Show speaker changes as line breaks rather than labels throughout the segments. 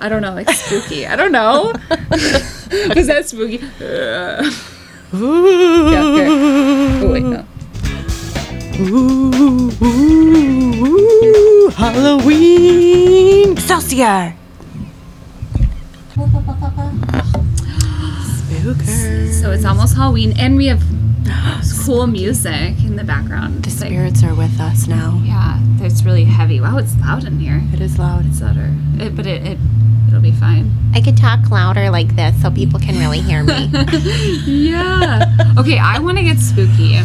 I don't know, like spooky. I don't know. Was that spooky? Uh,
Oh, Ooh,
yeah, there. Oh, wait, no.
ooh, ooh, ooh, Halloween! Excelsior! Spooker.
So it's almost Halloween, and we have cool music in the background.
The
It's like,
spirits are with us now.
yeah, it's really heavy. Wow, it's loud in here.
It is loud.
It's louder, it, but it, it it'll be fine.
I could talk louder like this so people can really hear me.
yeah. Okay, I want to get spooky.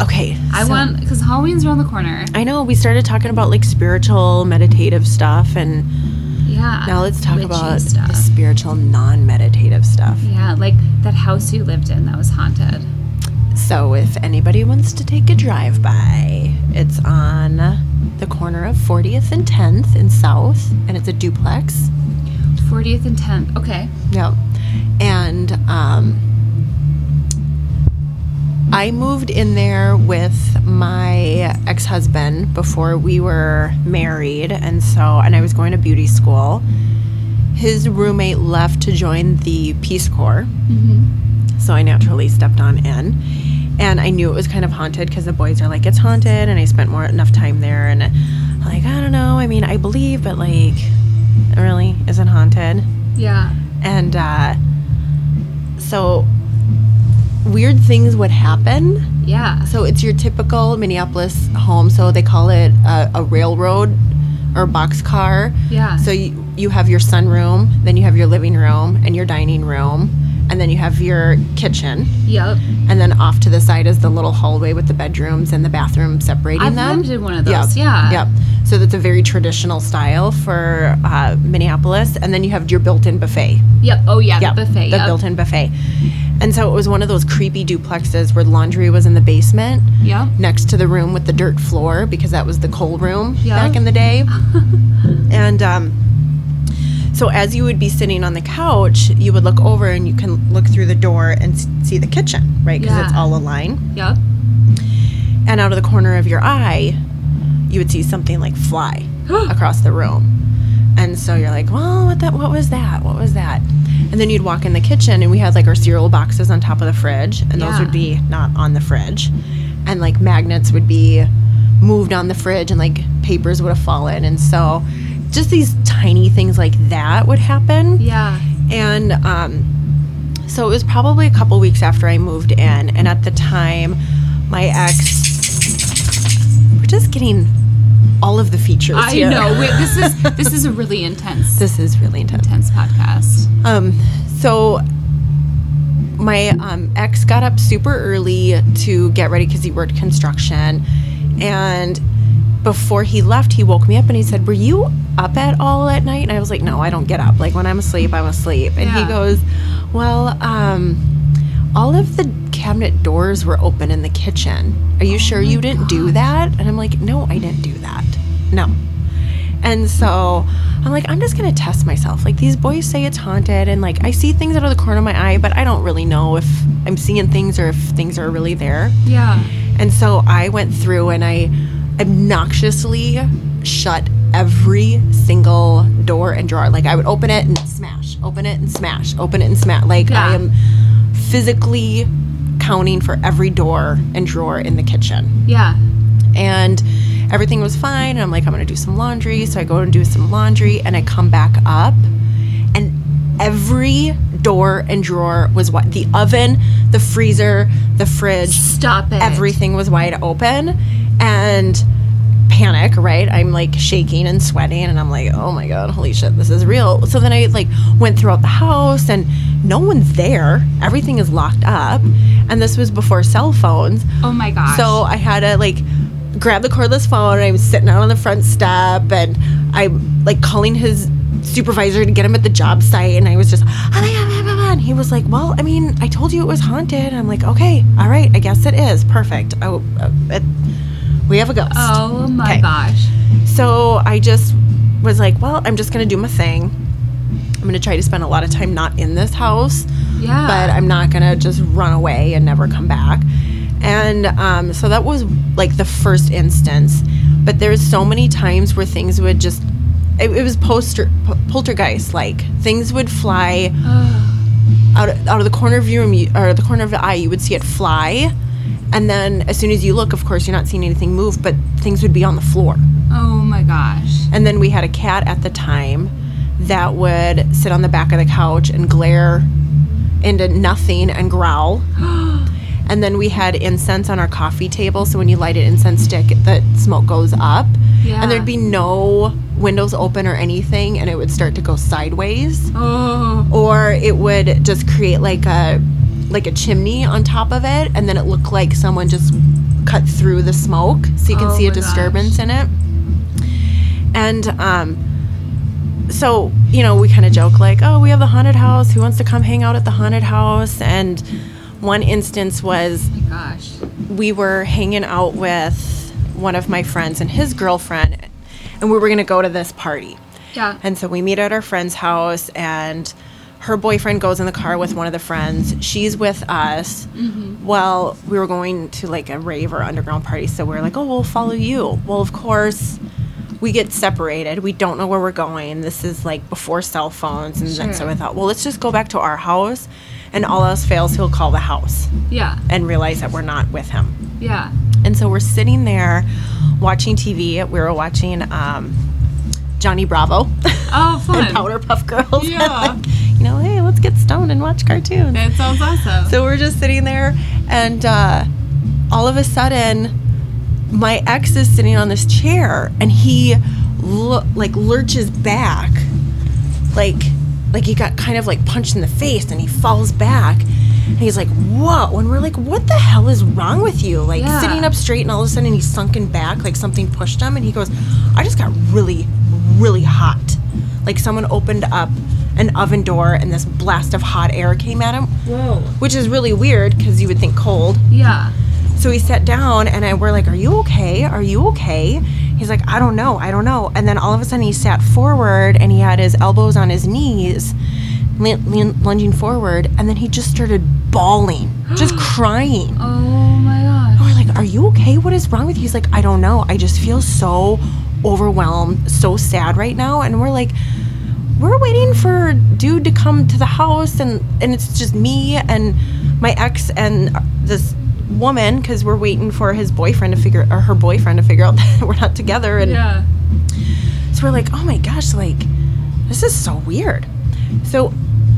Okay.
I
so-
want because Halloween's around the corner.
I know we started talking about like spiritual meditative stuff, and
Yeah.
now let's talk
witchy
about the
stuff.
spiritual non meditative stuff.
Yeah, like that house you lived in that was haunted.
So, if anybody wants to take a drive by, it's on the corner of 40th and 10th in South, and it's a duplex.
40th and 10th. Okay.
Yep. And um, I moved in there with my ex husband before we were married. And so, and I was going to beauty school. His roommate left to join the Peace Corps. So I naturally stepped on in. And I knew it was kind of haunted because the boys are like, it's haunted. And I spent more enough time there. And I'm like, I don't know. I mean, I believe, but like, really? Is it haunted?
Yeah.
and uh, so weird things would happen.
Yeah.
So it's your typical Minneapolis home. So they call it a, a railroad or boxcar.
Yeah.
So you, you have your sunroom, then you have your living room and your dining room, and then you have your kitchen.
Yep.
And then off to the side is the little hallway with the bedrooms and the bathroom separating
I've
them.
lived in one of those. Yeah.
Yep. So that's a very traditional style for uh, Minneapolis. And then you have your built in buffet
Yep. Oh yeah.
yeah,
The buffet.
the
yep.
built-in buffet. And so it was one of those creepy duplexes where laundry was in the basement
Yep.
next to the room with the dirt floor because that was the coal room
Yeah.
back in the day. and um, so as you would be sitting on the couch, you would look over and you can look through the door and s- see the kitchen, right? Because it's
Yeah.
all aligned
Yep.
and out of the corner of your eye, you would see something like fly across the room. And so you're like, well, what that? What was that? What was that? And then you'd walk in the kitchen, and we had like our cereal boxes on top of the fridge, and those
Yeah.
would be not on the fridge, and like magnets would be moved on the fridge, and like papers would have fallen, and so just these tiny things like that would happen.
Yeah.
And um, so it was probably a couple weeks after I moved in. And at the time, my ex, we're just getting all of the features
I
here.
know. Wait, this is this is a really intense
This is really intense.
intense podcast.
Um, so my um, ex got up super early to get ready because he worked construction. And before he left, he woke me up and he said, Were you up at all at night? And I was like, No, I don't get up. Like when I'm asleep, I'm asleep. And he
Yeah.
goes, Well, um, all of the cabinet doors were open in the kitchen. Are you sure you didn't do that? And I'm like, No, I didn't do that. No. And so I'm like, I'm just gonna test myself. Like these boys say it's haunted, and like I see things out of the corner of my eye, but I don't really know if I'm seeing things or if things are really there.
Yeah.
And so I went through and I obnoxiously shut every single door and drawer. Like I would open it and smash, open it and smash, open it and smash. Like I
Yeah.
am physically counting for every door and drawer in the kitchen
Yeah.
and everything was fine. And I'm like, I'm gonna do some laundry. So I go and do some laundry, and I come back up, and every door and drawer was wide. The oven, the freezer, the fridge,
Stop it.
everything was wide open, and panic right i'm like shaking and sweating and i'm like oh my god holy shit this is real so then i like went throughout the house and no one's there everything is locked up and this was before cell phones
Oh my gosh.
so I had to like grab the cordless phone. And I was sitting out on the front step, and I like calling his supervisor to get him at the job site. And I was just, "Ah, blah, blah, blah, blah," and he was like, "Well, I mean, I told you it was haunted." And I'm like, "Okay, all right, I guess it is. Perfect. Oh, uh, it, we have a ghost."
Oh my
Okay.
gosh.
So I just was like, "Well, I'm just gonna do my thing. I'm gonna try to spend a lot of time not in this house."
Yeah.
but I'm not gonna just run away and never come back. And um, so that was like the first instance. But there's so many times where things would just it, it was poster po- poltergeist like things would fly out of, out of the corner of your room you, or the corner of the eye you would see it fly and then as soon as you look of course you're not seeing anything move but things would be on the floor
Oh my gosh.
and then we had a cat at the time that would sit on the back of the couch and glare into nothing and growl. and then we had incense on our coffee table, so when you light an incense stick, the smoke goes up.
Yeah.
And there'd be no windows open or anything, and it would start to go sideways.
Oh.
Or it would just create like a like a chimney on top of it, and then it looked like someone just cut through the smoke, so you can
Oh
see a
my gosh.
disturbance in it. And um, so, you know, we kind of joke like, oh, we have the haunted house. Who wants to come hang out at the haunted house? And one instance was
my gosh.
we were hanging out with one of my friends and his girlfriend, and we were going to go to this party.
Yeah.
And so we meet at our friend's house, and her boyfriend goes in the car with one of the friends. She's with us.
Mm-hmm.
Well, we were going to like a rave or underground party, so we are like, oh, we'll follow you. Well, of course, we get separated. We don't know where we're going. This is like before cell phones. And then, so
Sure.
I thought, well, let's just go back to our house, and all else fails, he'll call the house
yeah.
and realize that we're not with him.
Yeah.
And so we're sitting there watching TV. We were watching um, Johnny Bravo
Oh, fun.
and Powderpuff Girls.
Yeah.
Like, you know, hey, let's get stoned and watch cartoons.
That sounds awesome.
So we're just sitting there, and uh, all of a sudden, my ex is sitting on this chair, and he lo- like lurches back, like like he got kind of like punched in the face, and he falls back. And he's like, whoa. And we're like, what the hell is wrong with you? Like,
Yeah.
sitting up straight, and all of a sudden he's sunken back, like something pushed him. And he goes, I just got really, really hot. Like, someone opened up an oven door, and this blast of hot air came at him
Whoa.
which is really weird because you would think cold.
Yeah.
So he sat down and I were like, "Are you okay? Are you okay?" He's like, "I don't know. I don't know." And then all of a sudden he sat forward and he had his elbows on his knees, lean, lean, lunging forward, and then he just started bawling, just crying.
Oh my
And
gosh.
we're like, "Are you okay? What is wrong with you?" He's like, "I don't know. I just feel so overwhelmed, so sad right now." And we're like, "We're waiting for dude to come to the house, and and it's just me and my ex and this woman because we're waiting for his boyfriend to figure or her boyfriend to figure out that we're not together." And
Yeah.
so we're like, oh my gosh, like, this is so weird. So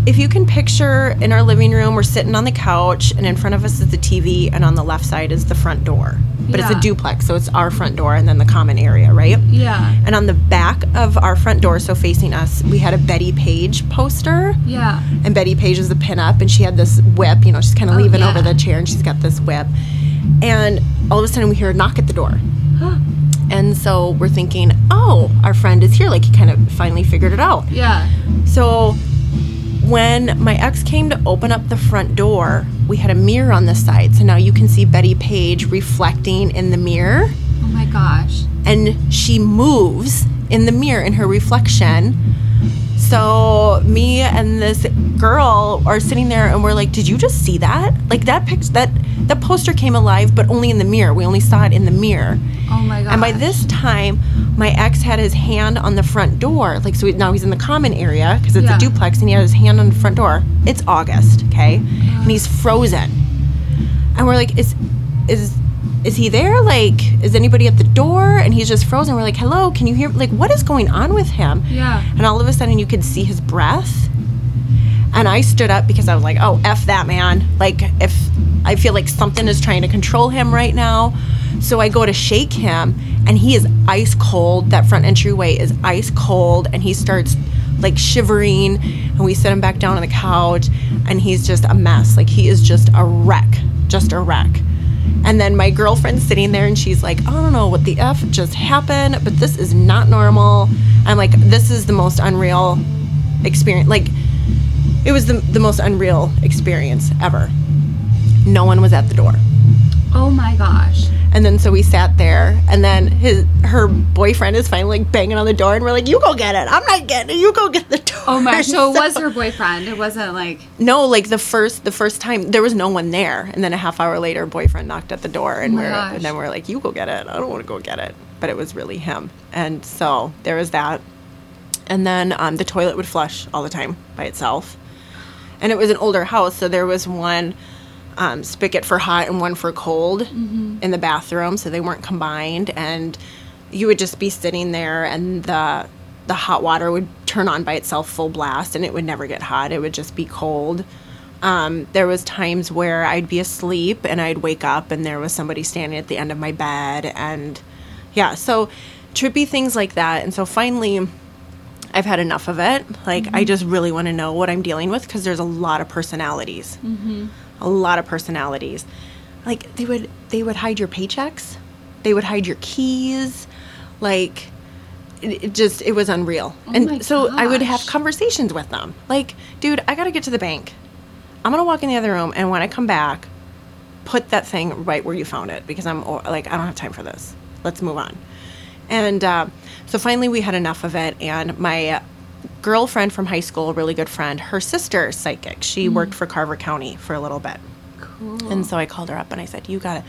if you can picture in our living room, we're sitting on the couch, and in front of us is the TV, and on the left side is the front door. But it's
Yeah.
a duplex, so it's our front door and then the common area, right?
Yeah.
And on the back of our front door, so facing us, we had a Betty Page poster.
Yeah.
And Betty Page is a pinup, and she had this whip. You know, she's kind of
Oh,
leaving
yeah.
over the chair, and she's got this whip. And all of a sudden, we hear a knock at the door. And so we're thinking, oh, our friend is here. Like he kind of finally figured it out.
Yeah.
So when my ex came to open up the front door, we had a mirror on the side. So now you can see Betty Page reflecting in the mirror.
Oh my gosh.
And she moves in the mirror in her reflection. So me and this girl are sitting there and we're like, "Did you just see that? Like that picture that that poster came alive, but only in the mirror. We only saw it in the mirror."
Oh my gosh.
And by this time, my ex had his hand on the front door. Like, so he, now he's in the common area because it's
Yeah.
a duplex and he had his hand on the front door. It's August, okay?
Oh.
And he's frozen. And we're like, is, is, is he there? Like, is anybody at the door? And he's just frozen. We're like, hello, can you hear? Like, what is going on with him?
Yeah.
And all of a sudden, you could see his breath. And I stood up because I was like, oh, F that man. Like, if I feel like something is trying to control him right now. So I go to shake him, and he is ice cold. That front entryway is ice cold, and he starts like shivering. And we set him back down on the couch, and he's just a mess. Like, he is just a wreck, just a wreck. And then my girlfriend's sitting there and she's like, I don't know what the F just happened, but this is not normal. I'm like, this is the most unreal experience. Like, it was the, the most unreal experience ever. No one was at the door.
Oh my gosh.
And then so we sat there, and then his her boyfriend is finally like banging on the door, and we're like, "You go get it. I'm not getting it. You go get the door."
Oh my. So it
So-
was her boyfriend. It wasn't like.
no, like the first the first time there was no one there, and then a half hour later, boyfriend knocked at the door, and
Oh my
we're
gosh.
and then we're like, "You go get it. I don't want to go get it," but it was really him, and so there was that. And then um, the toilet would flush all the time by itself. And it was an older house, so there was one um, spigot for hot and one for cold in the bathroom, so they weren't combined. And you would just be sitting there, and the the hot water would turn on by itself full blast, and it would never get hot. It would just be cold. Um, there was times where I'd be asleep and I'd wake up, and there was somebody standing at the end of my bed, and yeah, so trippy things like that. And so finally, I've had enough of it. Like,
Mm-hmm.
I just really want to know what I'm dealing with because there's a lot of personalities.
Mm-hmm.
A lot of personalities. Like they would, they would hide your paychecks. They would hide your keys. Like, it, it just, it was unreal.
Oh my
and so I would have
gosh.
conversations with them. Like, dude, I got to get to the bank. I'm gonna walk in the other room, and when I come back, put that thing right where you found it because I'm o- like, I don't have time for this. Let's move on. And uh, so finally, we had enough of it. And my girlfriend from high school, a really good friend, her sister is psychic. She worked for Carver County for a little bit. Cool. And so I called her up and I said, "You gotta,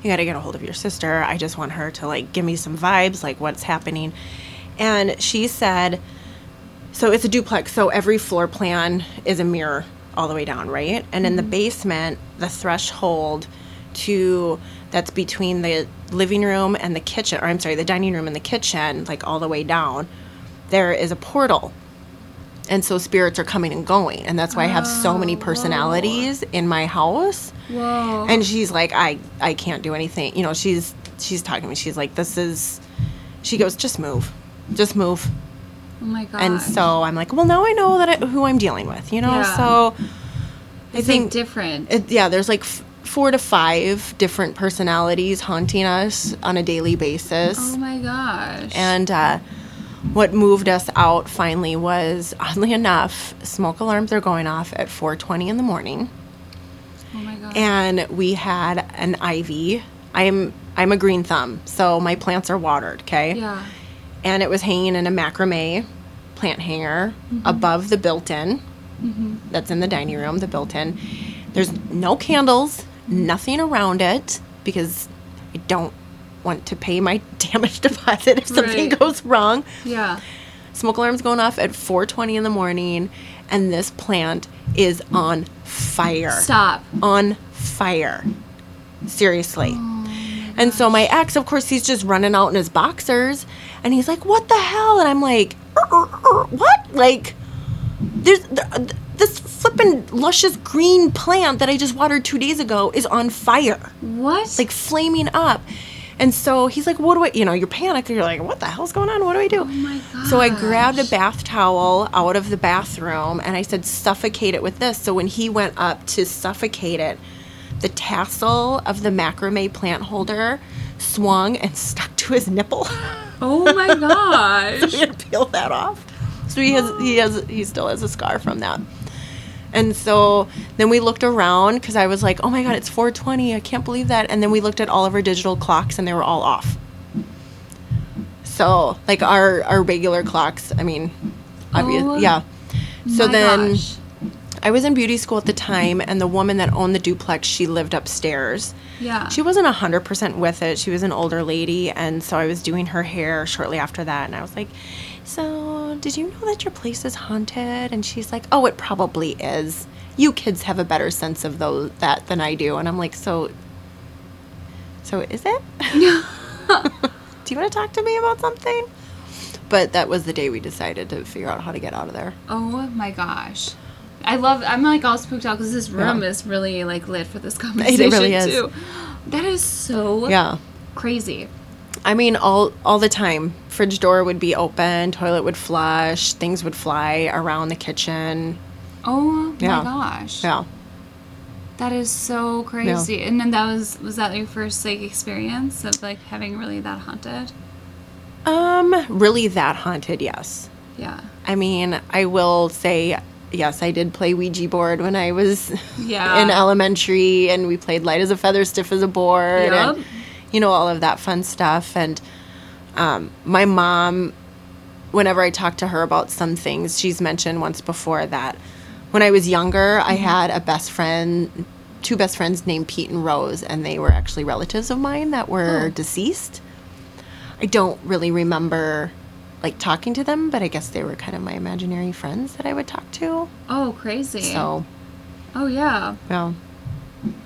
you gotta get a hold of your sister. I just want her to like give me some vibes, like what's happening." And she said, so it's a duplex, so every floor plan is a mirror all the way down, right? And in the basement, the threshold to that's between the living room and the kitchen, or I'm sorry, the dining room and the kitchen, like all the way down, there is a portal. And so spirits are coming and going. And that's why I have so many personalities in my house.
Whoa.
And she's like, I, I can't do anything. You know, she's she's talking to me. She's like, This is she goes, just move. Just move.
oh my god.
And so I'm like, well, now I know that I, who I'm dealing with, you know.
Yeah.
So I
it's
think
like different.
it, yeah, there's like f- four to five different personalities haunting us on a daily basis.
oh my gosh.
And uh, what moved us out finally was, oddly enough, smoke alarms are going off at 4:20 in the morning,
oh my gosh.
and we had an ivy. I'm I'm a green thumb, so my plants are watered. Okay
yeah.
and it was hanging in a macrame plant hanger above the built-in that's in the dining room the built-in there's no candles nothing around it because i don't want to pay my damage deposit if something
Right.
goes wrong
Yeah.
smoke alarm's going off at 4.20 in the morning and this plant is on fire
Stop.
on fire. Seriously. and so my ex, of course, he's just running out in his boxers and he's like, What the hell? And I'm like, "Er, er, er, What? Like, there's th- th- this flippin' luscious green plant that I just watered two days ago is on fire
What?
like flaming up. And so he's like, "What do I?" You know, you're panicked. You're like, "What the hell's going on? What do I do?"
Oh my
So I grabbed a bath towel out of the bathroom and I said, "Suffocate it with this." So when he went up to suffocate it, the tassel of the macrame plant holder swung and stuck to his nipple.
oh my
we
gosh.
had to peel that off. So he has he has he still has a scar from that. And so then we looked around because I was like, oh my god, it's 4:20. I can't believe that. And then we looked at all of our digital clocks and they were all off. So like our our regular clocks. I mean, obvious,
Oh
yeah. So
My
then.
gosh.
I was in beauty school at the time, and the woman that owned the duplex, she lived upstairs.
Yeah.
She wasn't 100% with it. She was an older lady, and so I was doing her hair shortly after that, and I was like, So, did you know that your place is haunted? And she's like, Oh, it probably is. You kids have a better sense of those, that than I do. And I'm like, So, so is it? do you want to talk to me about something? But that was the day we decided to figure out how to get out of there.
Oh my gosh. I love. I'm like all spooked out because this room
Yeah.
is really like lit for this
really
conversation
is.
too. That is so
Yeah.
crazy.
I mean, all all the time. Fridge door would be open, toilet would flush, things would fly around the kitchen.
Oh
Yeah.
my gosh.
Yeah,
That is so crazy. And then that was was that your first like experience of like having really that haunted?
um, really that haunted? Yes.
Yeah.
I mean, I will say yes. I did play Ouija board when I was
Yeah.
in elementary, and we played light as a feather, stiff as a board, and
Yup.
you know all of that fun stuff. And um, my mom, whenever I talk to her about some things, she's mentioned once before that when I was younger, I had a best friend, two best friends named Pete and Rose, and they were actually relatives of mine that were deceased. I don't really remember like talking to them, but I guess they were kind of my imaginary friends that I would talk to.
Oh, crazy.
So,
Oh, yeah.
well,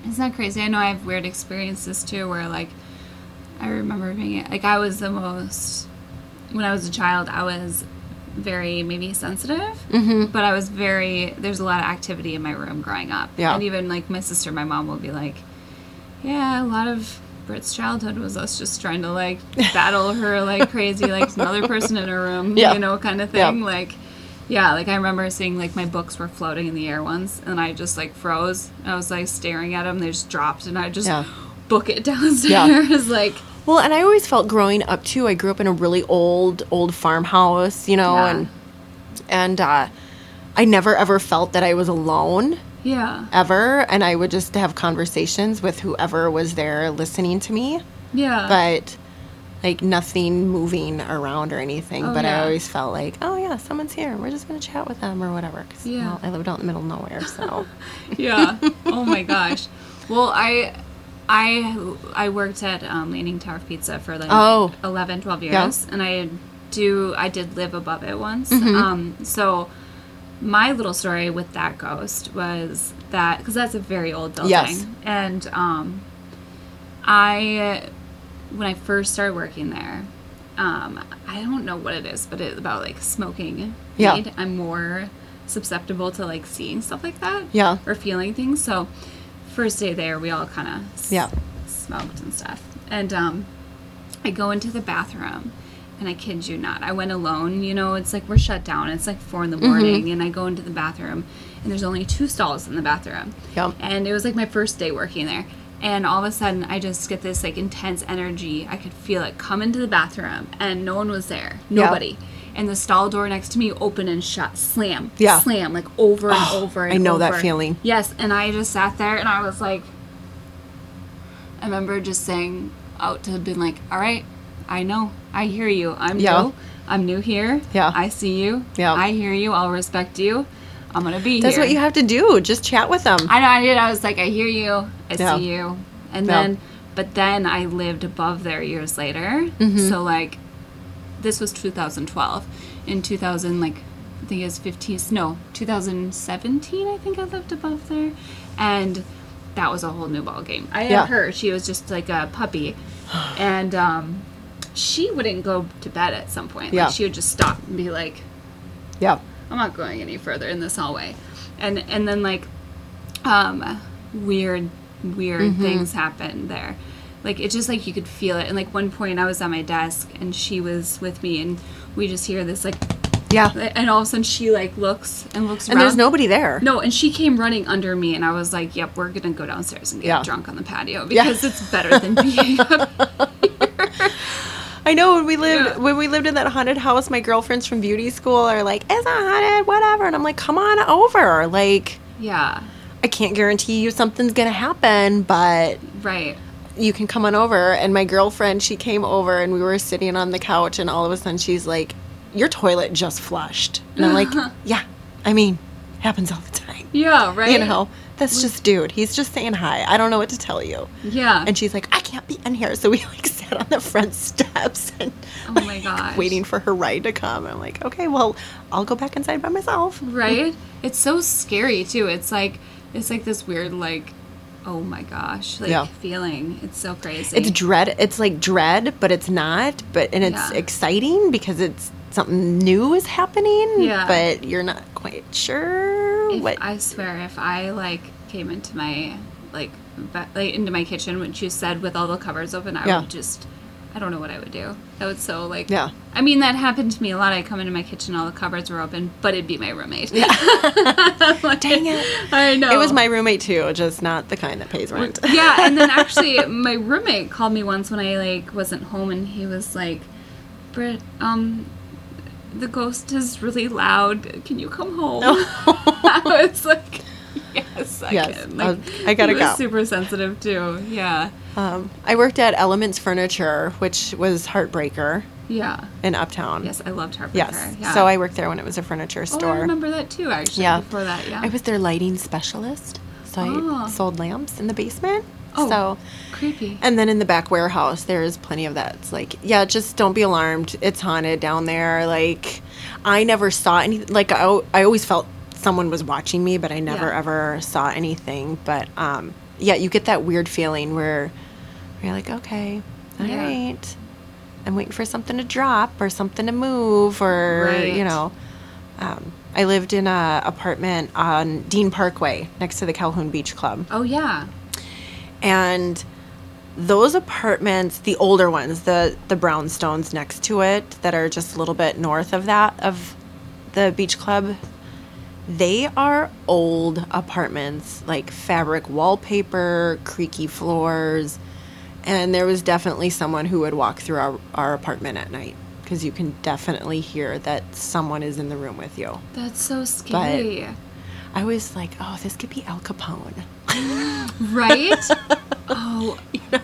It's not crazy. I know I have weird experiences too, where like I remember being like I was the most when I was a child. I was very maybe sensitive,
Mm-hmm.
but I was very there's a lot of activity in my room growing up.
Yeah.
and even like my sister, my mom will be like, yeah, a lot of. Brit's childhood was us just trying to like battle her like crazy, like another person in her room,
Yeah.
you know, kind of
Yeah.
thing. Like, yeah, like I remember seeing like my books were floating in the air once, and I just like froze. I was like staring at them; they just dropped, and I just
Yeah.
book it downstairs. like,
well, and I always felt growing up too. I grew up in a really old, old farmhouse, you know,
Yeah.
and and uh, I never ever felt that I was alone.
yeah,
ever and I would just have conversations with whoever was there listening to me,
yeah,
but like nothing moving around or anything.
Oh,
but
yeah.
I always felt like, oh yeah, someone's here. We're just gonna chat with them or whatever. 'Cause,
Yeah.
well, I lived out in the middle of nowhere, so
yeah. Oh my gosh. Well, I. I I worked at um, Leaning Tower of Pizza for like
Oh.
11, 12 years,
Yeah.
and I do I did live above it once.
Mm-hmm.
Um, so my little story with that ghost was that because that's a very old building,
Yes.
and um, I when I first started working there, um, I don't know what it is, but it's about like smoking.
Yeah.
weed. I'm more susceptible to like seeing stuff like that.
Yeah.
Or feeling things. So first day there, we all kind of
Yeah.
smoked and stuff. And um, I go into the bathroom. And I kid you not, I went alone. You know, it's like we're shut down. It's like four
Mm-hmm.
in the morning, and I go into the bathroom, and there's only two stalls in the bathroom.
Yep.
And it was like my first day working there. And all of a sudden, I just get this like intense energy. I could feel it come into the bathroom, and no one was there. Nobody. And the stall door next to me open and shut, slam,
Yeah. Oh.
slam, like over and over. And
I know that
over.
feeling.
Yes. And I just sat there and I was like, I remember just saying out to have been like, all right, I know, I hear you. I'm
Yeah.
new. I'm new here.
Yeah.
I see you.
Yeah.
I hear you. I'll respect you. I'm going to be
that's
here.
what you have to do. Just chat with them.
I know I did. I was like, I hear you, I
Yeah.
see you, and
Yeah.
then, but then I lived above there years later.
Mm-hmm.
So like, this was 2012. In 2000, like, I think it was 15. No, 2017. I think I lived above there, and that was a whole new ball game. I had
Yeah.
her. She was just like a puppy, and um, she wouldn't go to bed at some point. Like,
Yeah.
she would just stop and be like,
yeah,
I'm not going any further in this hallway. And and then like um weird weird
Mm-hmm.
things happened there. Like it's just like you could feel it. And like one point I was at my desk and she was with me and we just hear this like
yeah.
and all of a sudden she like looks and looks
And
around.
there's nobody there.
No, and she came running under me, and I was like, "Yep, we're gonna go downstairs and get
Yeah.
drunk on the patio
Yeah.
because it's better than being up
I know when we lived
Yeah.
when we lived in that haunted house, my girlfriends from beauty school are like, "It's not haunted, whatever," and I'm like, "Come on over, like."
yeah,
I can't guarantee you something's gonna happen, but
right.
you can come on over. And my girlfriend, she came over and we were sitting on the couch, and all of a sudden she's like, Your toilet just flushed. And I'm like, Yeah, I mean, happens all the time.
Yeah, right.
You know, that's just dude. He's just saying hi. I don't know what to tell you.
Yeah.
And she's like, I can't be in here. So we like sat on the front steps and
Oh my
like,
gosh.
waiting for her ride to come. I'm like, okay, well, I'll go back inside by myself.
right it's so scary too it's like it's like this weird like oh my gosh like
Yeah.
feeling it's so crazy
It's dread. It's like dread, but it's not. But and it's
Yeah.
exciting because it's something new is happening.
Yeah.
But you're not quite sure
If-
what.
i swear if i like came into my like, ba- like into my kitchen which you said with all the covers open i
Yeah.
would just i don't know what i would do that would so like
Yeah.
i mean that happened to me a lot i come into my kitchen all the cupboards were open but it'd be my roommate yeah.
dang it!
i know
It was my roommate too, just not the kind that pays rent.
yeah, and then actually, my roommate called me once when I like wasn't home, and he was like, "Britt, um, the ghost is really loud. Can you come home?" I was like, "Yes, I
Oh. Yes,
can." Like,
I- I gotta
he was
go.
Super sensitive too. Yeah,
Um, I worked at Elements Furniture, which was Heartbreaker
yeah.
in Uptown.
Yes, I loved Harper.
Yes.
Yeah.
So I worked there when it was a furniture
Oh,
store.
I remember that too. Actually,
Yeah.
before that, yeah.
I was their lighting specialist, so
Oh.
I sold lamps in the basement.
Oh.
So,
Creepy.
and then in the back warehouse, there's plenty of that. It's like, yeah, just don't be alarmed. It's haunted down there. Like, I never saw any. Like, I, al- I always felt someone was watching me, but I never
Yeah.
ever saw anything. But um, yeah, you get that weird feeling where you're like, okay, all
Yeah.
right. I'm waiting for something to drop or something to move or, you
Right.
know. Um, I lived in a apartment on Dean Parkway next to the Calhoun Beach Club
Oh yeah.
and those apartments the older ones the the brownstones next to it that are just a little bit north of that of the beach club they are old apartments like fabric wallpaper creaky floors and there was definitely someone who would walk through our, our apartment at night because you can definitely hear that someone is in the room with you
That's so scary.
i was like oh this could be al capone
Right? oh,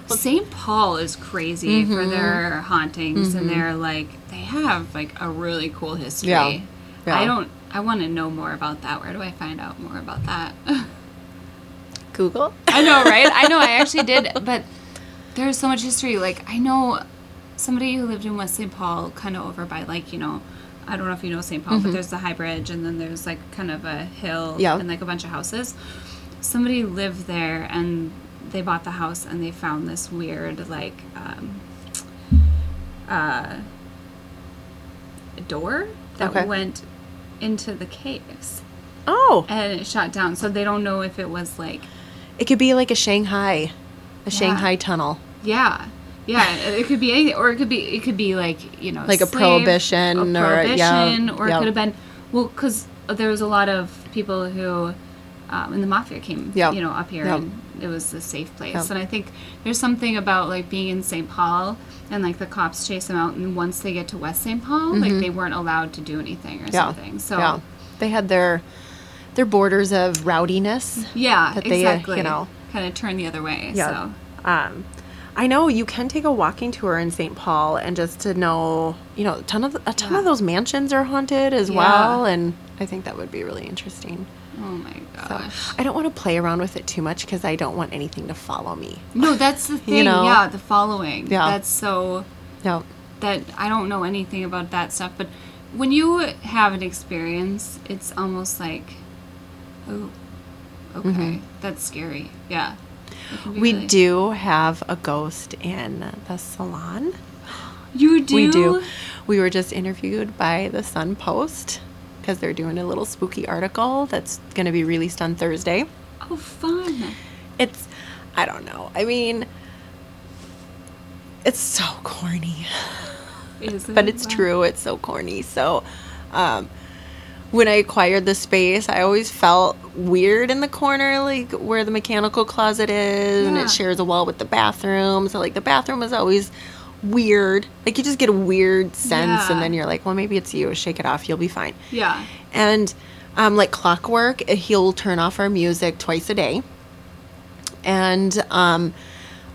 St. Paul is crazy
Mm-hmm.
for their hauntings and their like they have like a really cool history.
Yeah. Yeah.
I don't I want to know more about that. Where do I find out more about that?
google
I know, right? I know I actually did, but there's so much history. Like I know somebody who lived in West St. Paul kind of over by like, you know, I don't know if you know St. Paul, but there's the high bridge and then there's like kind of a hill
Mm-hmm. Yeah.
and like a bunch of houses. Somebody lived there and they bought the house and they found this weird like um uh door that
Okay.
went into the caves
oh
and it shut down. So they don't know if it was like
It could be like a Shanghai, a
Yeah.
Shanghai tunnel,
Yeah. Yeah, it it could be anything, or it could be it could be like you know
Like a
slave,
prohibition or- yeah,
prohibition, or
yeah.
it could have been well because there was a lot of people who um, and the mafia came
Yeah,
you know up here
yeah.
and it was a safe place
Yeah.
and I think there's something about like being in St Paul and like the cops chase them out and once they get to West St Paul like they weren't allowed to do anything or
Mm-hmm. yeah,
something so
yeah, they had their their borders of rowdiness.
yeah,
That they, uh, you
exactly
know.
kind of turn the other way so
Um, I know you can take a walking tour in St. Paul, and just to know, you know, a ton of a ton
Yeah.
of those mansions are haunted as
Yeah.
well, and I think that would be really interesting.
oh my
So,
gosh.
I don't want to play around with it too much because I don't want anything to follow me.
No, that's the thing.
know?
Yeah, the following.
Yeah.
That's so
No,
that I don't know anything about that stuff, but when you have an experience, it's almost like oh okay, that's scary. Yeah. That can be
Mm-hmm. we
really-
do have a ghost in the salon.
You do.
We do. We were just interviewed by the Sun Post because they're doing a little spooky article that's going to be released on Thursday.
Oh, fun.
It's, I don't know. I mean, it's so corny,
Is
but
it?
it's
Wow.
true. It's so corny. So, um, when I acquired the space, I always felt weird in the corner, like where the mechanical closet is, and
Yeah.
it shares a wall with the bathroom. So, like, the bathroom is always weird. Like, you just get a weird sense, and
Yeah.
then you're like, well, maybe it's you. Shake it off. You'll be fine.
Yeah.
And um, like clockwork, uh, he'll turn off our music twice a day. And um,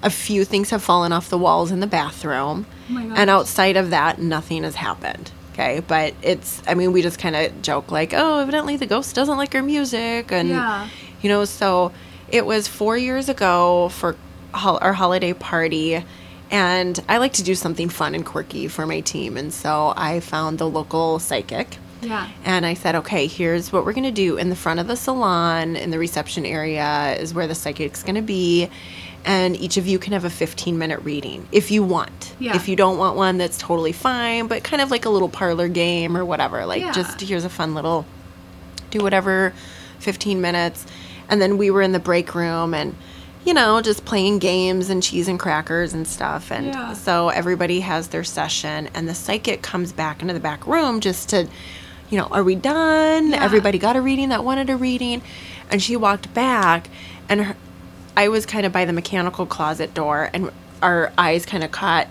a few things have fallen off the walls in the bathroom.
Oh my
and
gosh.
outside of that, nothing has happened. Okay. But it's, I mean, we just kind of joke like, oh, evidently the ghost doesn't like our music. And,
Yeah.
you know, so it was four years ago for hol- our holiday party. And I like to do something fun and quirky for my team. And so I found the local psychic.
Yeah.
And I said, okay, here's what we're going to do. In the front of the salon, in the reception area, is where the psychic's going to be. And each of you can have a 15 minute reading if you want.
Yeah.
If you don't want one, that's totally fine, but kind of like a little parlor game or whatever. Like,
Yeah.
just here's a fun little do whatever 15 minutes and then we were in the break room and you know just playing games and cheese and crackers and stuff and
Yeah.
so everybody has their session and the psychic comes back into the back room just to you know are we done
Yeah.
everybody got a reading that wanted a reading and she walked back and her, i was kind of by the mechanical closet door and our eyes kind of caught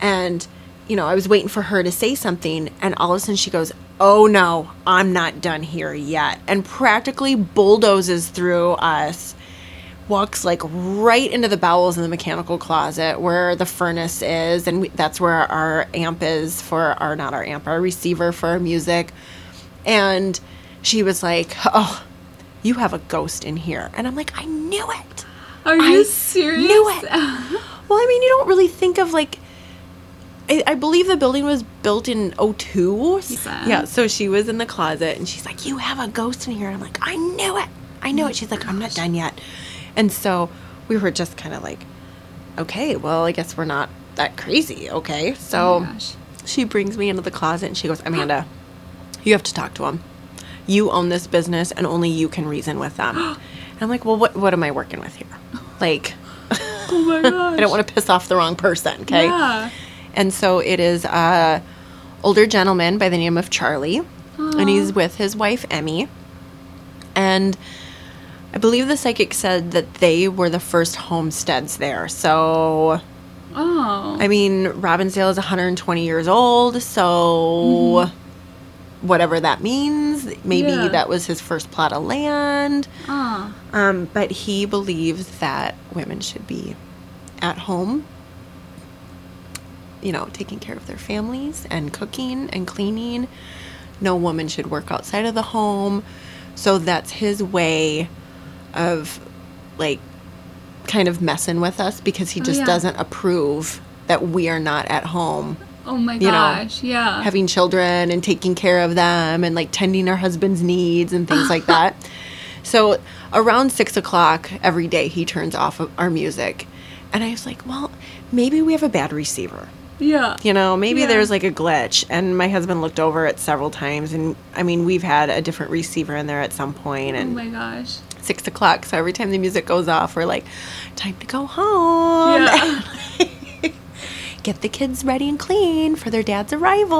and you know, I was waiting for her to say something, and all of a sudden she goes, Oh no, I'm not done here yet. And practically bulldozes through us, walks like right into the bowels of the mechanical closet where the furnace is. And we, that's where our amp is for our, not our amp, our receiver for our music. And she was like, Oh, you have a ghost in here. And I'm like, I knew it. Oh
Are you
I
serious?
knew it. Well, I mean, you don't really think of like. I, I believe the building was built in 02.
said.
Yeah, so she was in the closet and she's like, You have a ghost in here. And I'm like, I knew it. I
Oh
knew it. She's like, I'm not done yet. And so we were just kind of like, Okay, well, I guess we're not that crazy. Okay. So
Oh my gosh.
she brings me into the closet and she goes, Amanda, you have to talk to him. You own this business and only you can reason with them. And I'm like, Well, what, what am I working with here? Like,
oh my gosh.
I don't want to piss off the wrong person, okay?
Yeah.
And so it is a older gentleman by the name of Charlie, and he's with his wife Emmy. And I believe the psychic said that they were the first homesteads there. So
Oh.
I mean, Robbinsdale is 120 years old, so whatever that means, maybe
Mm-hmm. Yeah.
that was his first plot of land.
Ah.
Um, but he believes that women should be at home, you know, taking care of their families and cooking and cleaning. No woman should work outside of the home. So that's his way of like kind of messing with us because he
Oh,
just
yeah.
doesn't approve that we are not at home
Oh my
you know,
gosh. yeah.
having children and taking care of them and like tending her husband's needs and things like that. So around six o'clock every day, he turns off of our music. And I was like, well, maybe we have a bad receiver.
yeah.
You know, maybe
Yeah.
there's like a glitch. And my husband looked over it several times. And I mean, we've had a different receiver in there at some point,
Oh
And
my gosh.
six o'clock. So every time the music goes off, we're like, time to go home.
Yeah.
Get the kids ready and clean for their dad's arrival.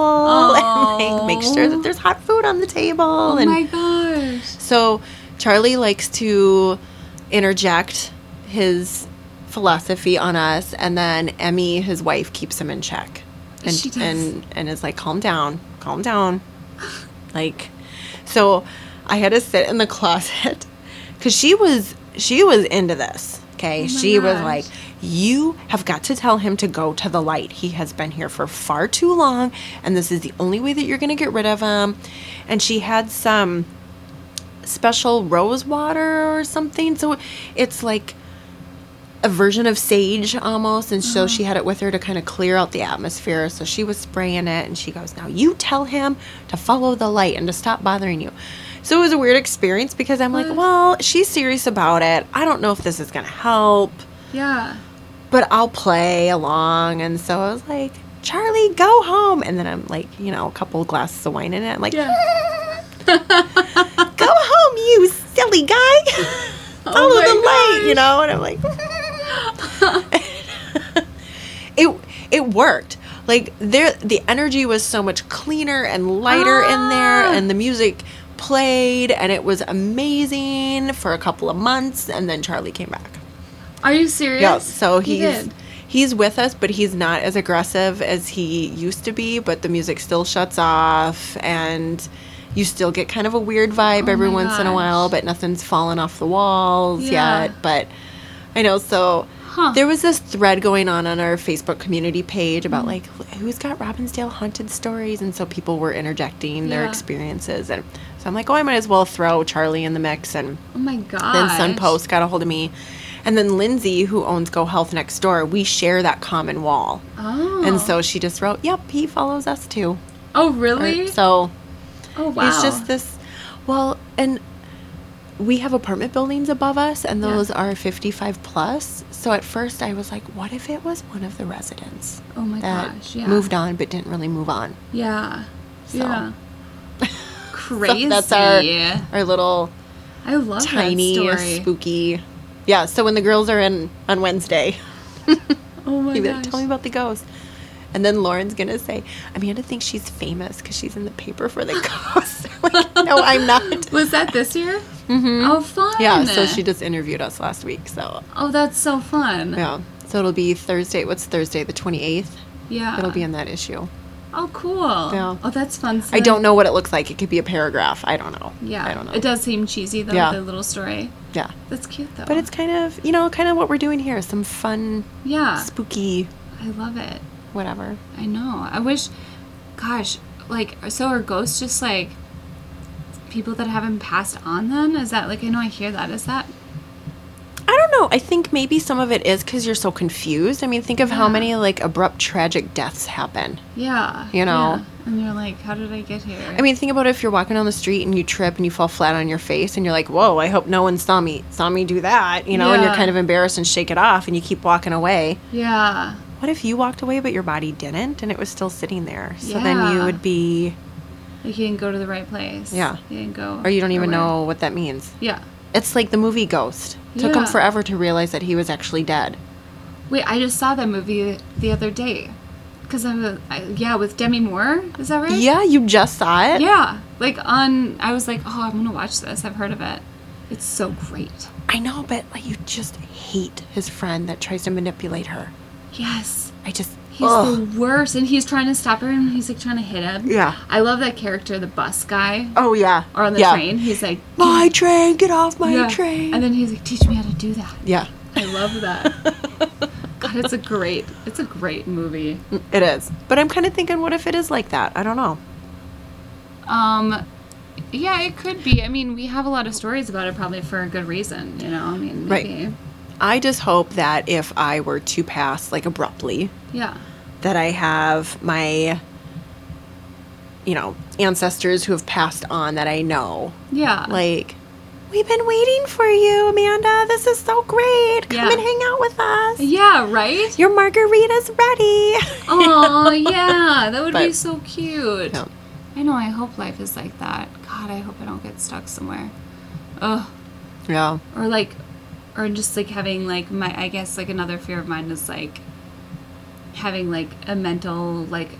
And like, make sure
Aw.
that there's hot food on the table.
Oh
and
my gosh.
so Charlie likes to interject his philosophy on us, and then Emmy, his wife, keeps him in check, and
She does.
and and is like, "Calm down, calm down." like, so I had to sit in the closet because she was she was into this.
Oh
Okay,
my
she was
gosh.
like, "You have got to tell him to go to the light. He has been here for far too long, and this is the only way that you're going to get rid of him." And she had some special rose water or something. So it's like a version of sage almost. And so she had it with her to kind of clear out the atmosphere. So she was spraying it and she goes, Now you tell him to follow the light and to stop bothering you. So it was a weird experience because I'm like,
What?
Well, she's serious about it. I don't know if this is going to help,
Yeah.
but I'll play along. And so I was like, Charlie, go home. And then I'm like, you know, a couple glasses of wine in it. I'm like,
Yeah.
go home, you silly guy. Follow
Oh my
the light, you know? And I'm like, it it worked. Like there, the energy was so much cleaner and lighter in there,
Ah.
and the music played, and it was amazing for a couple of months, and then Charlie came back.
Are you serious?
Yeah, so
He
he's
did.
he's with us, but he's not as aggressive as he used to be. But the music still shuts off, and you still get kind of a weird vibe
Oh
every
my
once in a while.
gosh.
But nothing's fallen off the walls
Yeah.
yet. But I know so.
Huh.
There was this thread going on on our Facebook community page
Mm-hmm.
about like who's got Robbinsdale haunted stories, and so people were interjecting their
Yeah.
experiences, and so I'm like, oh, I might as well throw Charlie in the mix, and
Oh my gosh.
then Sunpost got a hold of me. And then Lindsay, who owns Go Health Next Door, we share that common wall.
Oh.
And so she just wrote, Yep, he follows us too.
Oh really?
So
oh wow.
it's just this well, and we have apartment buildings above us, and
Yeah.
those are 55 plus. So at first I was like, What if it was one of the residents
Oh my
that
gosh. Yeah.
moved on but didn't really move on?
Yeah.
So.
Yeah. Crazy.
So that's our, our little
I love that
tiny,
story.
spooky. Yeah, so when the girls are in on Wednesday.
oh my
You'd be
gosh.
like, tell me about the ghost. And then Lauren's gonna say, Amanda thinks she's famous because she's in the paper for the ghost. like, no, I'm not.
Was that this year? Mm-hmm. Oh fun.
Yeah, so she just interviewed us last week. So
Oh, that's so fun.
yeah, so it'll be Thursday. What's Thursday? The 28th.
Yeah.
It'll be in that issue.
Oh, cool.
Yeah.
Oh, that's fun. So
I don't
then-
know what it looks like. It could be a paragraph. I don't know.
Yeah.
I don't know.
It does seem cheesy though.
Yeah.
The little story.
Yeah,
That's cute though.
but it's kind of you know kind of what we're doing here. Some fun,
yeah.
spooky,
I love it.
whatever.
I know. I wish, gosh, like, so are ghosts just like people that haven't passed on then? Is that like, I know I hear that. Is that,
I don't don't know. I think maybe some of it is because you're so confused. I mean, think of how
Yeah.
many like abrupt tragic deaths happen.
Yeah.
You know?
yeah. And you're like, how did I get here?
I mean, think about if you're walking down the street and you trip and you fall flat on your face and you're like, "Whoa, I hope no one saw me saw me do that," you know, and you're
Yeah.
kind of embarrassed and shake it off and you keep walking away.
yeah.
What if you walked away but your body didn't and it was still sitting there? So then you
Yeah.
would be,
Like you didn't go to the right place.
Yeah.
You didn't go.
or you don't even
nowhere.
know what that means.
Yeah.
It's like the movie Ghost. Took him
Yeah.
forever to realize that he was actually dead.
Wait, I just saw that movie the other day. Because I'm, a, I, yeah, with Demi Moore. Is that right?
Yeah, you just saw it.
Yeah. Like on, I was like, oh, I'm going to watch this. I've heard of it. It's so great.
I know, but like you just hate his friend that tries to manipulate her.
Yes.
I just
He's
ugh.
the worst. And he's trying to stop her and he's like trying to hit him.
Yeah.
I love that character, the bus guy.
Oh yeah.
Or on the
yeah.
train. He's like,
My train, get off my
yeah.
train.
And then he's like, teach me how to do that.
yeah.
I love that. God, it's a great, it's a great movie.
It is. But I'm kind of thinking, what if it is like that? I don't know.
Um, yeah, it could be. I mean, we have a lot of stories about it, probably for a good reason. You know, I mean,
Right.
maybe.
I just hope that if I were to pass like abruptly,
Yeah.
that I have my, you know, ancestors who have passed on that I know.
Yeah.
Like, we've been waiting for you, Amanda. This is so great. Come
Yeah.
and hang out with us.
yeah. Right.
Your margarita's ready.
Oh, yeah. That would be
But-
so cute.
Yeah.
I know. I hope life is like that. God, I hope I don't get stuck somewhere. Ugh.
yeah.
or like or just like having like my i guess like another fear of mine is like having like a mental like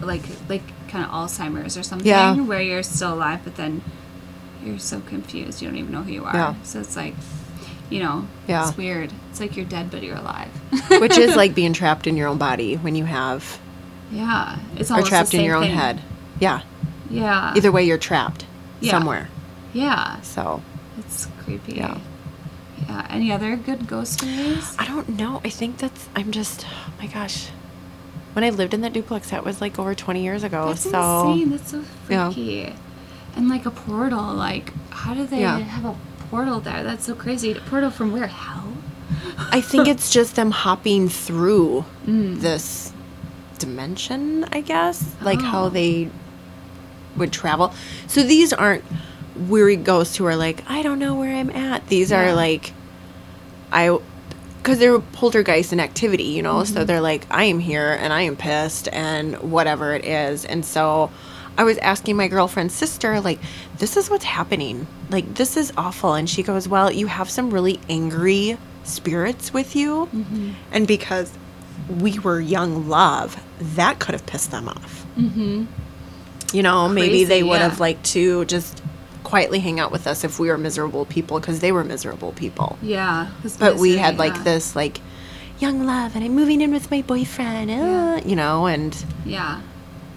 like like kind of alzheimer's or something
Yeah.
where you're still alive but then you're so confused you don't even know who you are
Yeah.
so it's like you know
Yeah.
it's weird it's like you're dead but you're alive
Which is like being trapped in your own body when you have,
yeah it's
or
almost the
trapped in
same
your own
thing.
head. Yeah.
yeah
Either way, you're trapped
Yeah.
somewhere.
yeah
So
it's creepy
Yeah.
yeah any other good ghost stories
I don't know. I think that's. I'm just. Oh my gosh. When I lived in that duplex, that was like over 20 years ago.
That's
so
insane. That's so
Yeah.
freaky. And like a portal. Like, how do they
Yeah.
have a portal there? That's so crazy. A portal from where? Hell.
I think it's just them hopping through Mm. this dimension, I guess, like how
Oh.
they would travel. So these aren't weary ghosts who are like, I don't know where I'm at. These are
Yeah.
like, I, because they're poltergeist in activity, you know?
Mm-hmm.
So they're like, I am here and I am pissed and whatever it is. And so I was asking my girlfriend's sister, like, this is what's happening. Like, this is awful. And she goes, Well, you have some really angry spirits with you.
Mm-hmm.
And because we were young love, that could have pissed them off. You know, maybe
Mm-hmm. Crazy,
they would
yeah.
have liked to just quietly hang out with us if we were miserable people because they were miserable people.
Yeah.
But we had like this like young love and I'm moving in with my boyfriend, uh,
Yeah.
you know, and
Yeah.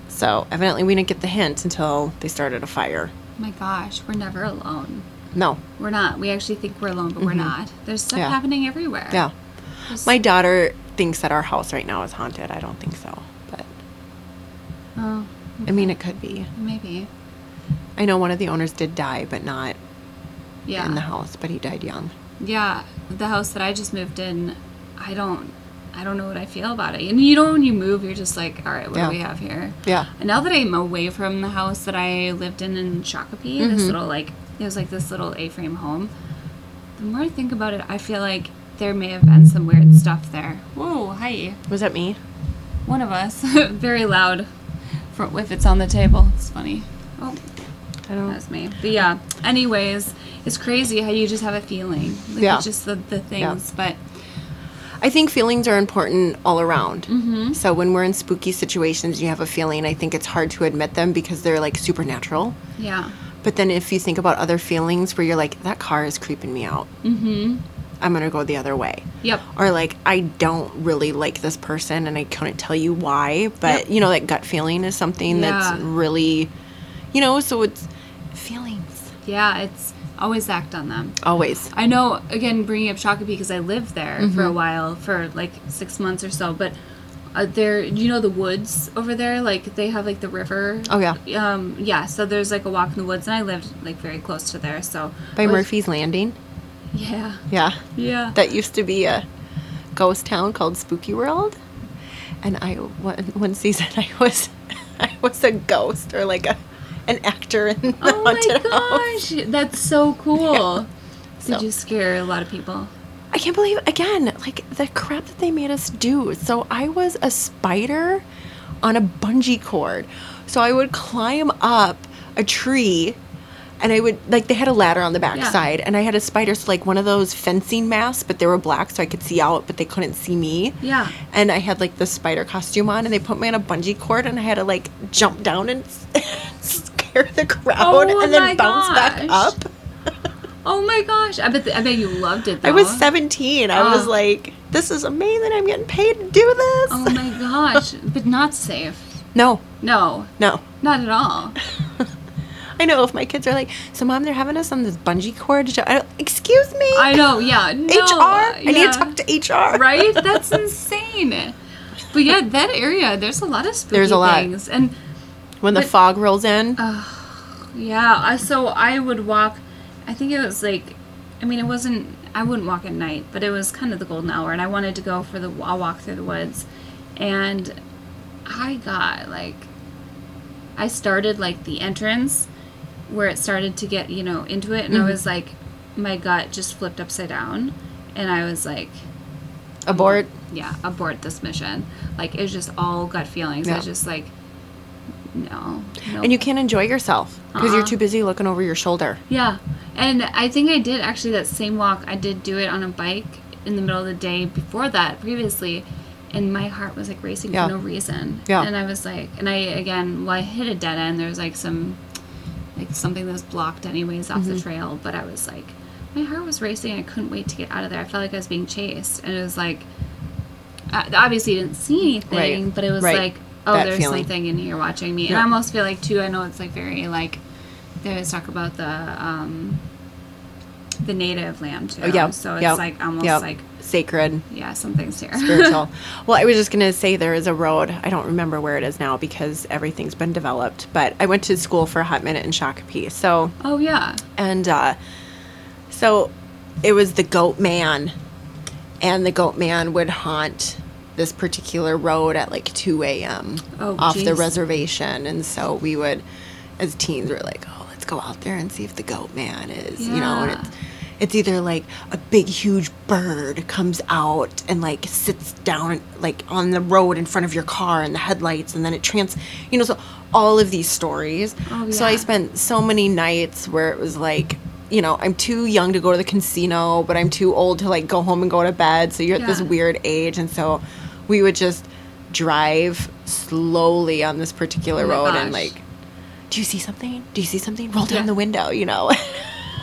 so evidently we didn't get the hint until they started a fire.
My gosh, we're never alone.
No.
We're not. We actually think we're alone, but we're not. There's stuff
Mm-hmm. Yeah.
happening everywhere.
Yeah.
There's-
My daughter thinks that our house right now is haunted. I don't think so, but
Oh,
I mean it could be.
maybe.
I know one of the owners did die, but not
Yeah.
in the house, but he died young.
Yeah, the house that I just moved in, I don't, I don't know what I feel about it. And you know, when you move, you're just like, all right, what
Yeah.
do we have here?
Yeah.
And now that I'm away from the house that I lived in in Shakopee, this little like, it was like this little A-frame home. The more I think about it, I feel like there may have been some weird stuff there. Whoa, hi.
Was that me?
One of us, very loud. For if it's on the table, it's funny. Oh,
I don't
that's me. But yeah. Anyways, it's crazy how you just have a feeling. Like
Yeah.
It's just the, the things. But
I think feelings are important all around. Mm-hmm. So when we're in spooky situations, you have a feeling. I think it's hard to admit them because they're like supernatural.
yeah.
But then if you think about other feelings where you're like, that car is creeping me out. Mm-hmm. I'm gonna go the other way.
Yep.
Or like, I don't really like this person, and I couldn't tell you why. But
Yep.
you know, that gut feeling is something
Yeah.
that's really, you know. So it's feelings
Yeah. It's always act on them.
always.
I know, again, bringing up Shakopee because I lived there for
Mm-hmm.
a while, for like six months or so. But uh, there, you know, the woods over there, like they have like the river.
Oh, yeah.
Um, yeah. So there's like a walk in the woods, and I lived like very close to there. So
By
I was-
Murphy's Landing.
Yeah.
Yeah.
Yeah.
That used to be a ghost town called Spooky World. And I one, one season I was I was a ghost or like a an actor in the
oh my
haunted house.
gosh, that's so cool. Did
So-
you scare a lot of people?
I can't believe again, like the crap that they made us do. So I was a spider on a bungee cord. So I would climb up a tree and I would like they had a ladder on the backside and I had a spider so like one of those fencing masks, but they were black so I could see out, but they couldn't see me.
Yeah.
And I had like the spider costume on and they put me on a bungee cord and I had to like jump down and scare the crowd
Oh
and then
my
bounce back
gosh.
up.
Oh my gosh, I bet I bet you loved it. Though.
I was 17. I was
Oh.
like, this is amazing. I'm getting paid to do this.
Oh my gosh, but not safe.
No,
No,
no.
not at all.
I know if my kids are like, so mom, they're having us on this bungee cord. to- I don't- Excuse me.
I know. Yeah. No, uh,
HR? I need
yeah.
to talk to HR.
right? That's insane. But yeah, that area, there's a lot of spooky
There's a lot.
things. And
When the
But- Uh,
fog rolls in.
yeah, I, so I would walk, I think it was like, I mean, it wasn't, I wouldn't walk at night, but it was kind of the golden hour. And I wanted to go for the, a walk through the woods. And I got like, I started like the entrance where it started to get, you know, into it. And
Mm-hmm.
I was like, my gut just flipped upside down. And I was like,
abort.
yeah, abort this mission. Like it was just all gut feelings. I was
Yeah.
just like, no, no.
And you can't enjoy yourself because you're
Uh-uh.
too busy looking over your shoulder.
yeah, and I think I did actually that same walk. I did do it on a bike in the middle of the day before that previously, and my heart was like racing
Yeah.
for no reason.
Yeah.
and I was like, and I again, well, I hit a dead end. There was like some, like something that was blocked anyways off
Mm-hmm.
the trail. But I was like, my heart was racing. I couldn't wait to get out of there. I felt like I was being chased, and it was like. I obviously didn't see anything,
Right,
but it was
right.
like, oh,
That
there's
feeling.
something in here watching me. And I
Yeah.
almost feel like too. I know it's like very like they always talk about the um, the native land too.
Oh, yeah.
So it's
yeah,
like almost
yeah.
like
sacred.
yeah, something's here.
spiritual. well, I was just going to say there is a road. I don't remember where it is now because everything's been developed. But I went to school for a hot minute in Shakopee. So,
oh yeah.
and uh, so it was the goat man. And the goat man would haunt this particular road at like 2 a.m.
Oh,
off the
geez.
reservation. And so we would, as teens, we were like, oh, let's go out there and see if the goat man is, you know, and
Yeah.
it's it's either like a big huge bird comes out and like sits down like on the road in front of your car and the headlights and then it trans you know so all of these stories
Oh,
so i
yeah.
spent so many nights where it was like you know i'm too young to go to the casino but i'm too old to like go home and go to bed so you're at this
Yeah.
weird age and so we would just drive slowly on this particular
Oh my
road and
gosh.
like do you see something do you see something roll down
Yeah.
the window you know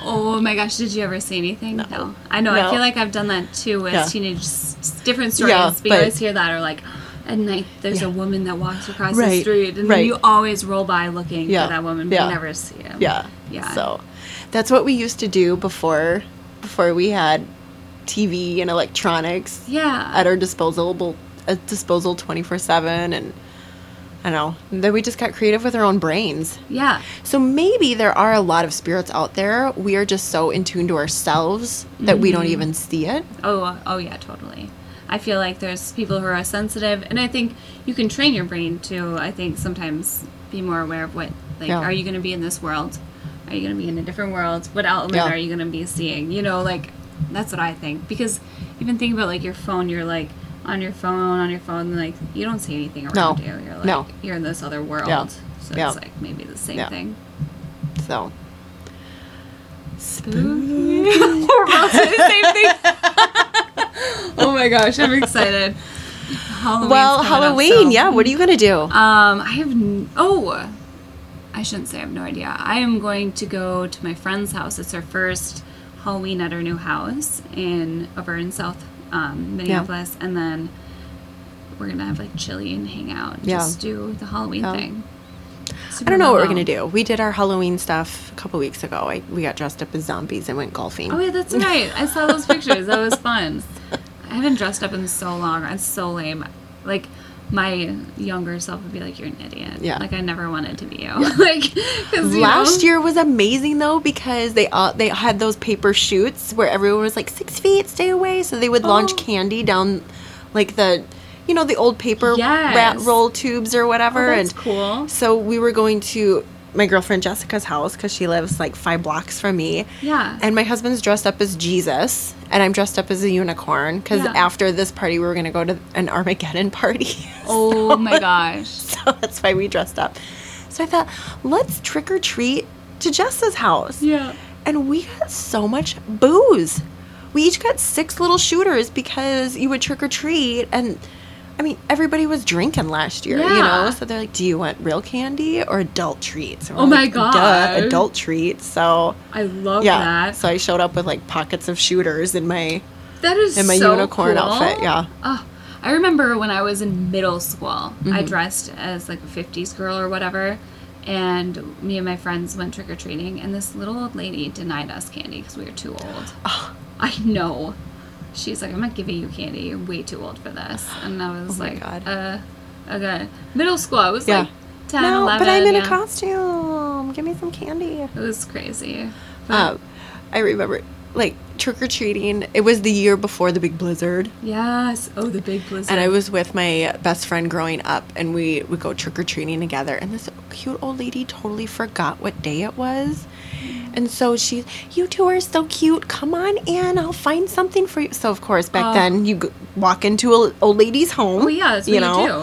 Oh my gosh, did you ever see anything? No. I know.
No.
I feel like I've done that too with
Yeah.
teenagers. Different stories.
Yeah,
but you
but-
always hear that or like. At night, there's a woman that walks across
Right,
the street, and
right.
then you always roll by looking
Yeah,
for that woman, but
yeah.
you never see him.
Yeah.
yeah.
So that's what we used to do before before we had TV and electronics
yeah.
at our disposal at disposal 24/7 and I don't know. Then we just got creative with our own brains.
Yeah.
So maybe there are a lot of spirits out there. We are just so in tune to ourselves that we
Mm-hmm.
don't even see it.
Oh, uh, oh yeah, totally. I feel like there's people who are sensitive, and I think you can train your brain to. I think sometimes be more aware of what like
Yeah.
are you going to be in this world? Are you going to be in a different world? What element
Yeah.
are you going to be seeing? You know, like that's what I think because even think about like your phone. You're like on your phone, on your phone, like you don't see anything
No.
around you. You're like
No.
you're in this other world.
Yeah.
So
Yeah.
it's like maybe the same
Yeah.
thing.
So
We're both saying the same thing. oh my gosh, I'm excited. Halloween's
well,
coming up,
Halloween,
so-
yeah. What are you gonna do?
Um, I have n- oh, I shouldn't say I have no idea. I am going to go to my friend's house. It's her first Halloween at her new house in over in South um, Minneapolis, and then we're gonna have like chili and hang out. And
Yeah.
Just do the Halloween
Yeah.
thing.
I don't know what we're gonna do. We did our Halloween stuff a couple weeks ago. I, we got dressed up as zombies and went golfing.
Oh yeah, that's right. I saw those pictures. That was fun. I haven't dressed up in so long. That's so lame. Like my younger self would be like, "You're an idiot."
Yeah.
Like I never wanted to be you. like 'cause, you
Last
know,
year was amazing though because they all they had those paper shoots where everyone was like six feet, stay away. So they would launch
Oh.
candy down, like the, you know, the old paper rat
Yes.
roll tubes or whatever.
Oh, that's
and
cool.
So we were going to my girlfriend Jessica's house because she lives like five blocks from me.
Yeah.
And my husband's dressed up as Jesus, and I'm dressed up as a unicorn because
Yeah.
after this party we were gonna go to an Armageddon party.
Oh my gosh.
So that's why we dressed up. So I thought, let's trick or treat to Jess's house.
Yeah.
And we got so much booze. We each got six little shooters because you would trick or treat. And I mean, everybody was drinking last year, you know?
Yeah.
So they're like, do you want real candy or adult treats? And
Oh
we're
my
like,
God. Oh,
Duh, adult treats. So
I love
yeah.
that.
So I showed up with like pockets of shooters in my.
That is
And my
so
unicorn
cool.
outfit, yeah.
Oh, I remember when I was in middle school,
Mm-hmm.
I dressed as like a 50s girl or whatever, and me and my friends went trick or treating, and this little old lady denied us candy because we were too old.
Ah.
I know. She's like, I'm not giving you candy. You're way too old for this. And I was
Oh my
like,
God.
uh, okay. Middle school, I was
Yeah.
like 10,
no,
11.
but I'm in
yeah.
a costume. Give me some candy.
It was crazy. But,
Um, I remember like trick or treating. It was the year before the big blizzard,
yes. Oh, the big blizzard.
and I was with my best friend growing up, and we would go trick or treating together. And this cute old lady totally forgot what day it was. And so she, you two are so cute. Come on in. I'll find something for you. So of course, back
Oh.
then you g- walk into an old lady's home.
Oh, yeah, that's what you do.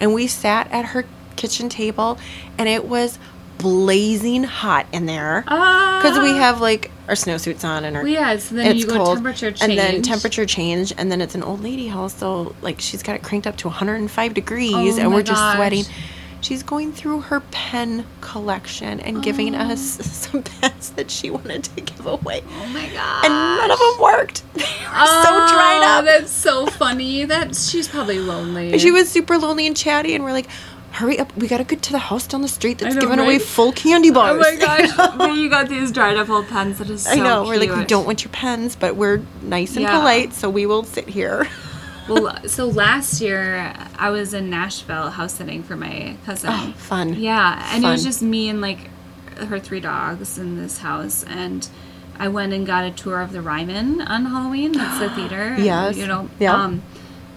And we sat at her kitchen table, and it was blazing hot in there because we
Ah.
have like our snowsuits on and our
Well, yeah, so then you go temperature
and then
change.
temperature change, and then it's an old lady house, so like she's got it cranked up to 105 degrees,
Oh
and
my
we're just
gosh.
sweating. She's going through her pen collection and giving us some pens that she wanted to give away,
oh my God.
and none of them worked. They were so dried
Oh,
up.
That's so funny. That she's probably lonely.
She was super lonely and chatty, and we're like. Hurry up! We gotta get to the house down the street that's
know,
giving away
right?
full candy
Oh
bars.
my gosh! Then you got these dried up old pens that is so
I know. We're like, we
cute.
don't want your pens, but we're nice and
Yeah.
polite, so we will sit here.
Well, so last year I was in Nashville house sitting for my cousin.
Oh, fun.
Yeah, and it was
Fun.
just me and like her three dogs in this house, and I went and got a tour of the Ryman on Halloween. That's the theater. and,
Yes.
you know.
Yeah.
Um,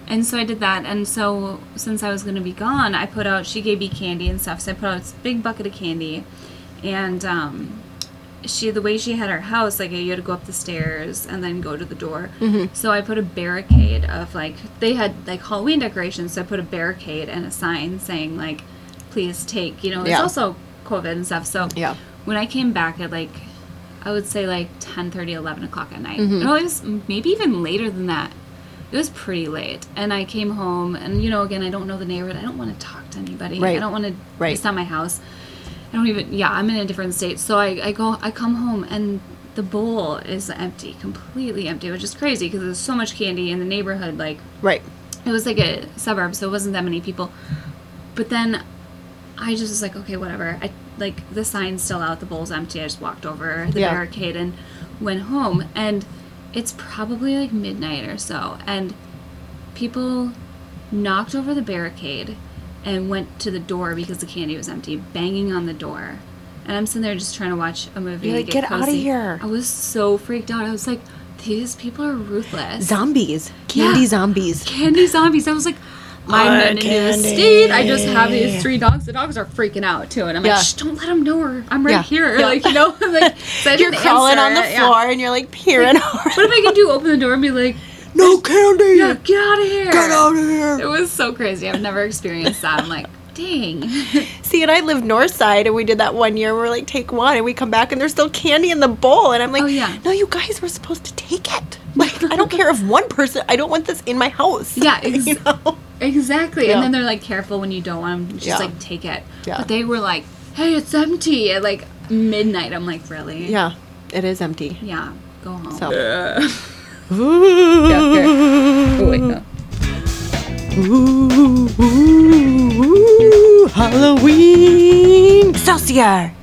and so I did that, and so since I was going to be gone, I put out. She gave me candy and stuff, so I put out this big bucket of candy, and um, she the way she had her house like you had to go up the stairs and then go to the door so i put a barricade of like they had like halloween decorations so i put a barricade and a sign saying like please take you know it's
Yeah.
also covid and stuff so
Yeah.
when i came back at like i would say like 10 11 o'clock at night
Mm-hmm.
no it was maybe even later than that it was pretty late and i came home and you know again i don't know the neighborhood i don't want to talk to anybody
Right.
i don't want to
Right.
it's not my house I don't even. Yeah, I'm in a different state. So I, I go, I come home, and the bowl is empty, completely empty, which is crazy because there's so much candy in the neighborhood. Like
Right.
it was like a suburb, so it wasn't that many people. But then I just was like, okay, whatever. I like the sign's still out, the bowl's empty. I just walked over the
Yeah.
barricade and went home, and it's probably like midnight or so, and people knocked over the barricade and went to the door because the candy was empty, banging on the door. And I'm sitting there just trying to watch a movie.
You're
and
like, "Get outta
cozy."
here.
I was so freaked out. I was like, these people are ruthless
Zombies. Candy
Yeah.
zombies.
candy zombies. I was like, I'm in a new state. I just have these three dogs. The dogs are freaking out too, and I'm
Yeah.
like, Shh, don't let them know her. I'm right
Yeah.
here.
Yeah.
Like you know, I'm like so I
You're
didn't
crawling on
answer
the
it. Yeah.
floor and you're like peering
What
over.
if I can do? Open the door and be like,
No candy.
yeah, get out of here.
Get out of
It
here.
was so crazy. I've never experienced that. I'm like, dang.
See, and I live north side, and we did that one year. We're like, take one, and we come back, and there's still candy in the bowl, and I'm like,
Oh, yeah.
no, you guys were supposed to take it. Like, I don't care if one person. I don't want this in my house.
Yeah, ex-
you know.
exactly.
Yeah.
And then they're like careful when you don't want them. Just
Yeah.
like take it.
Yeah.
But they were like, hey, it's empty at like midnight. I'm like, really?
Yeah, it is empty.
Yeah. Go home.
So.
Yeah, fair. Oh, wait, no.
Ooh, ooh, ooh, Halloween! Excelsior!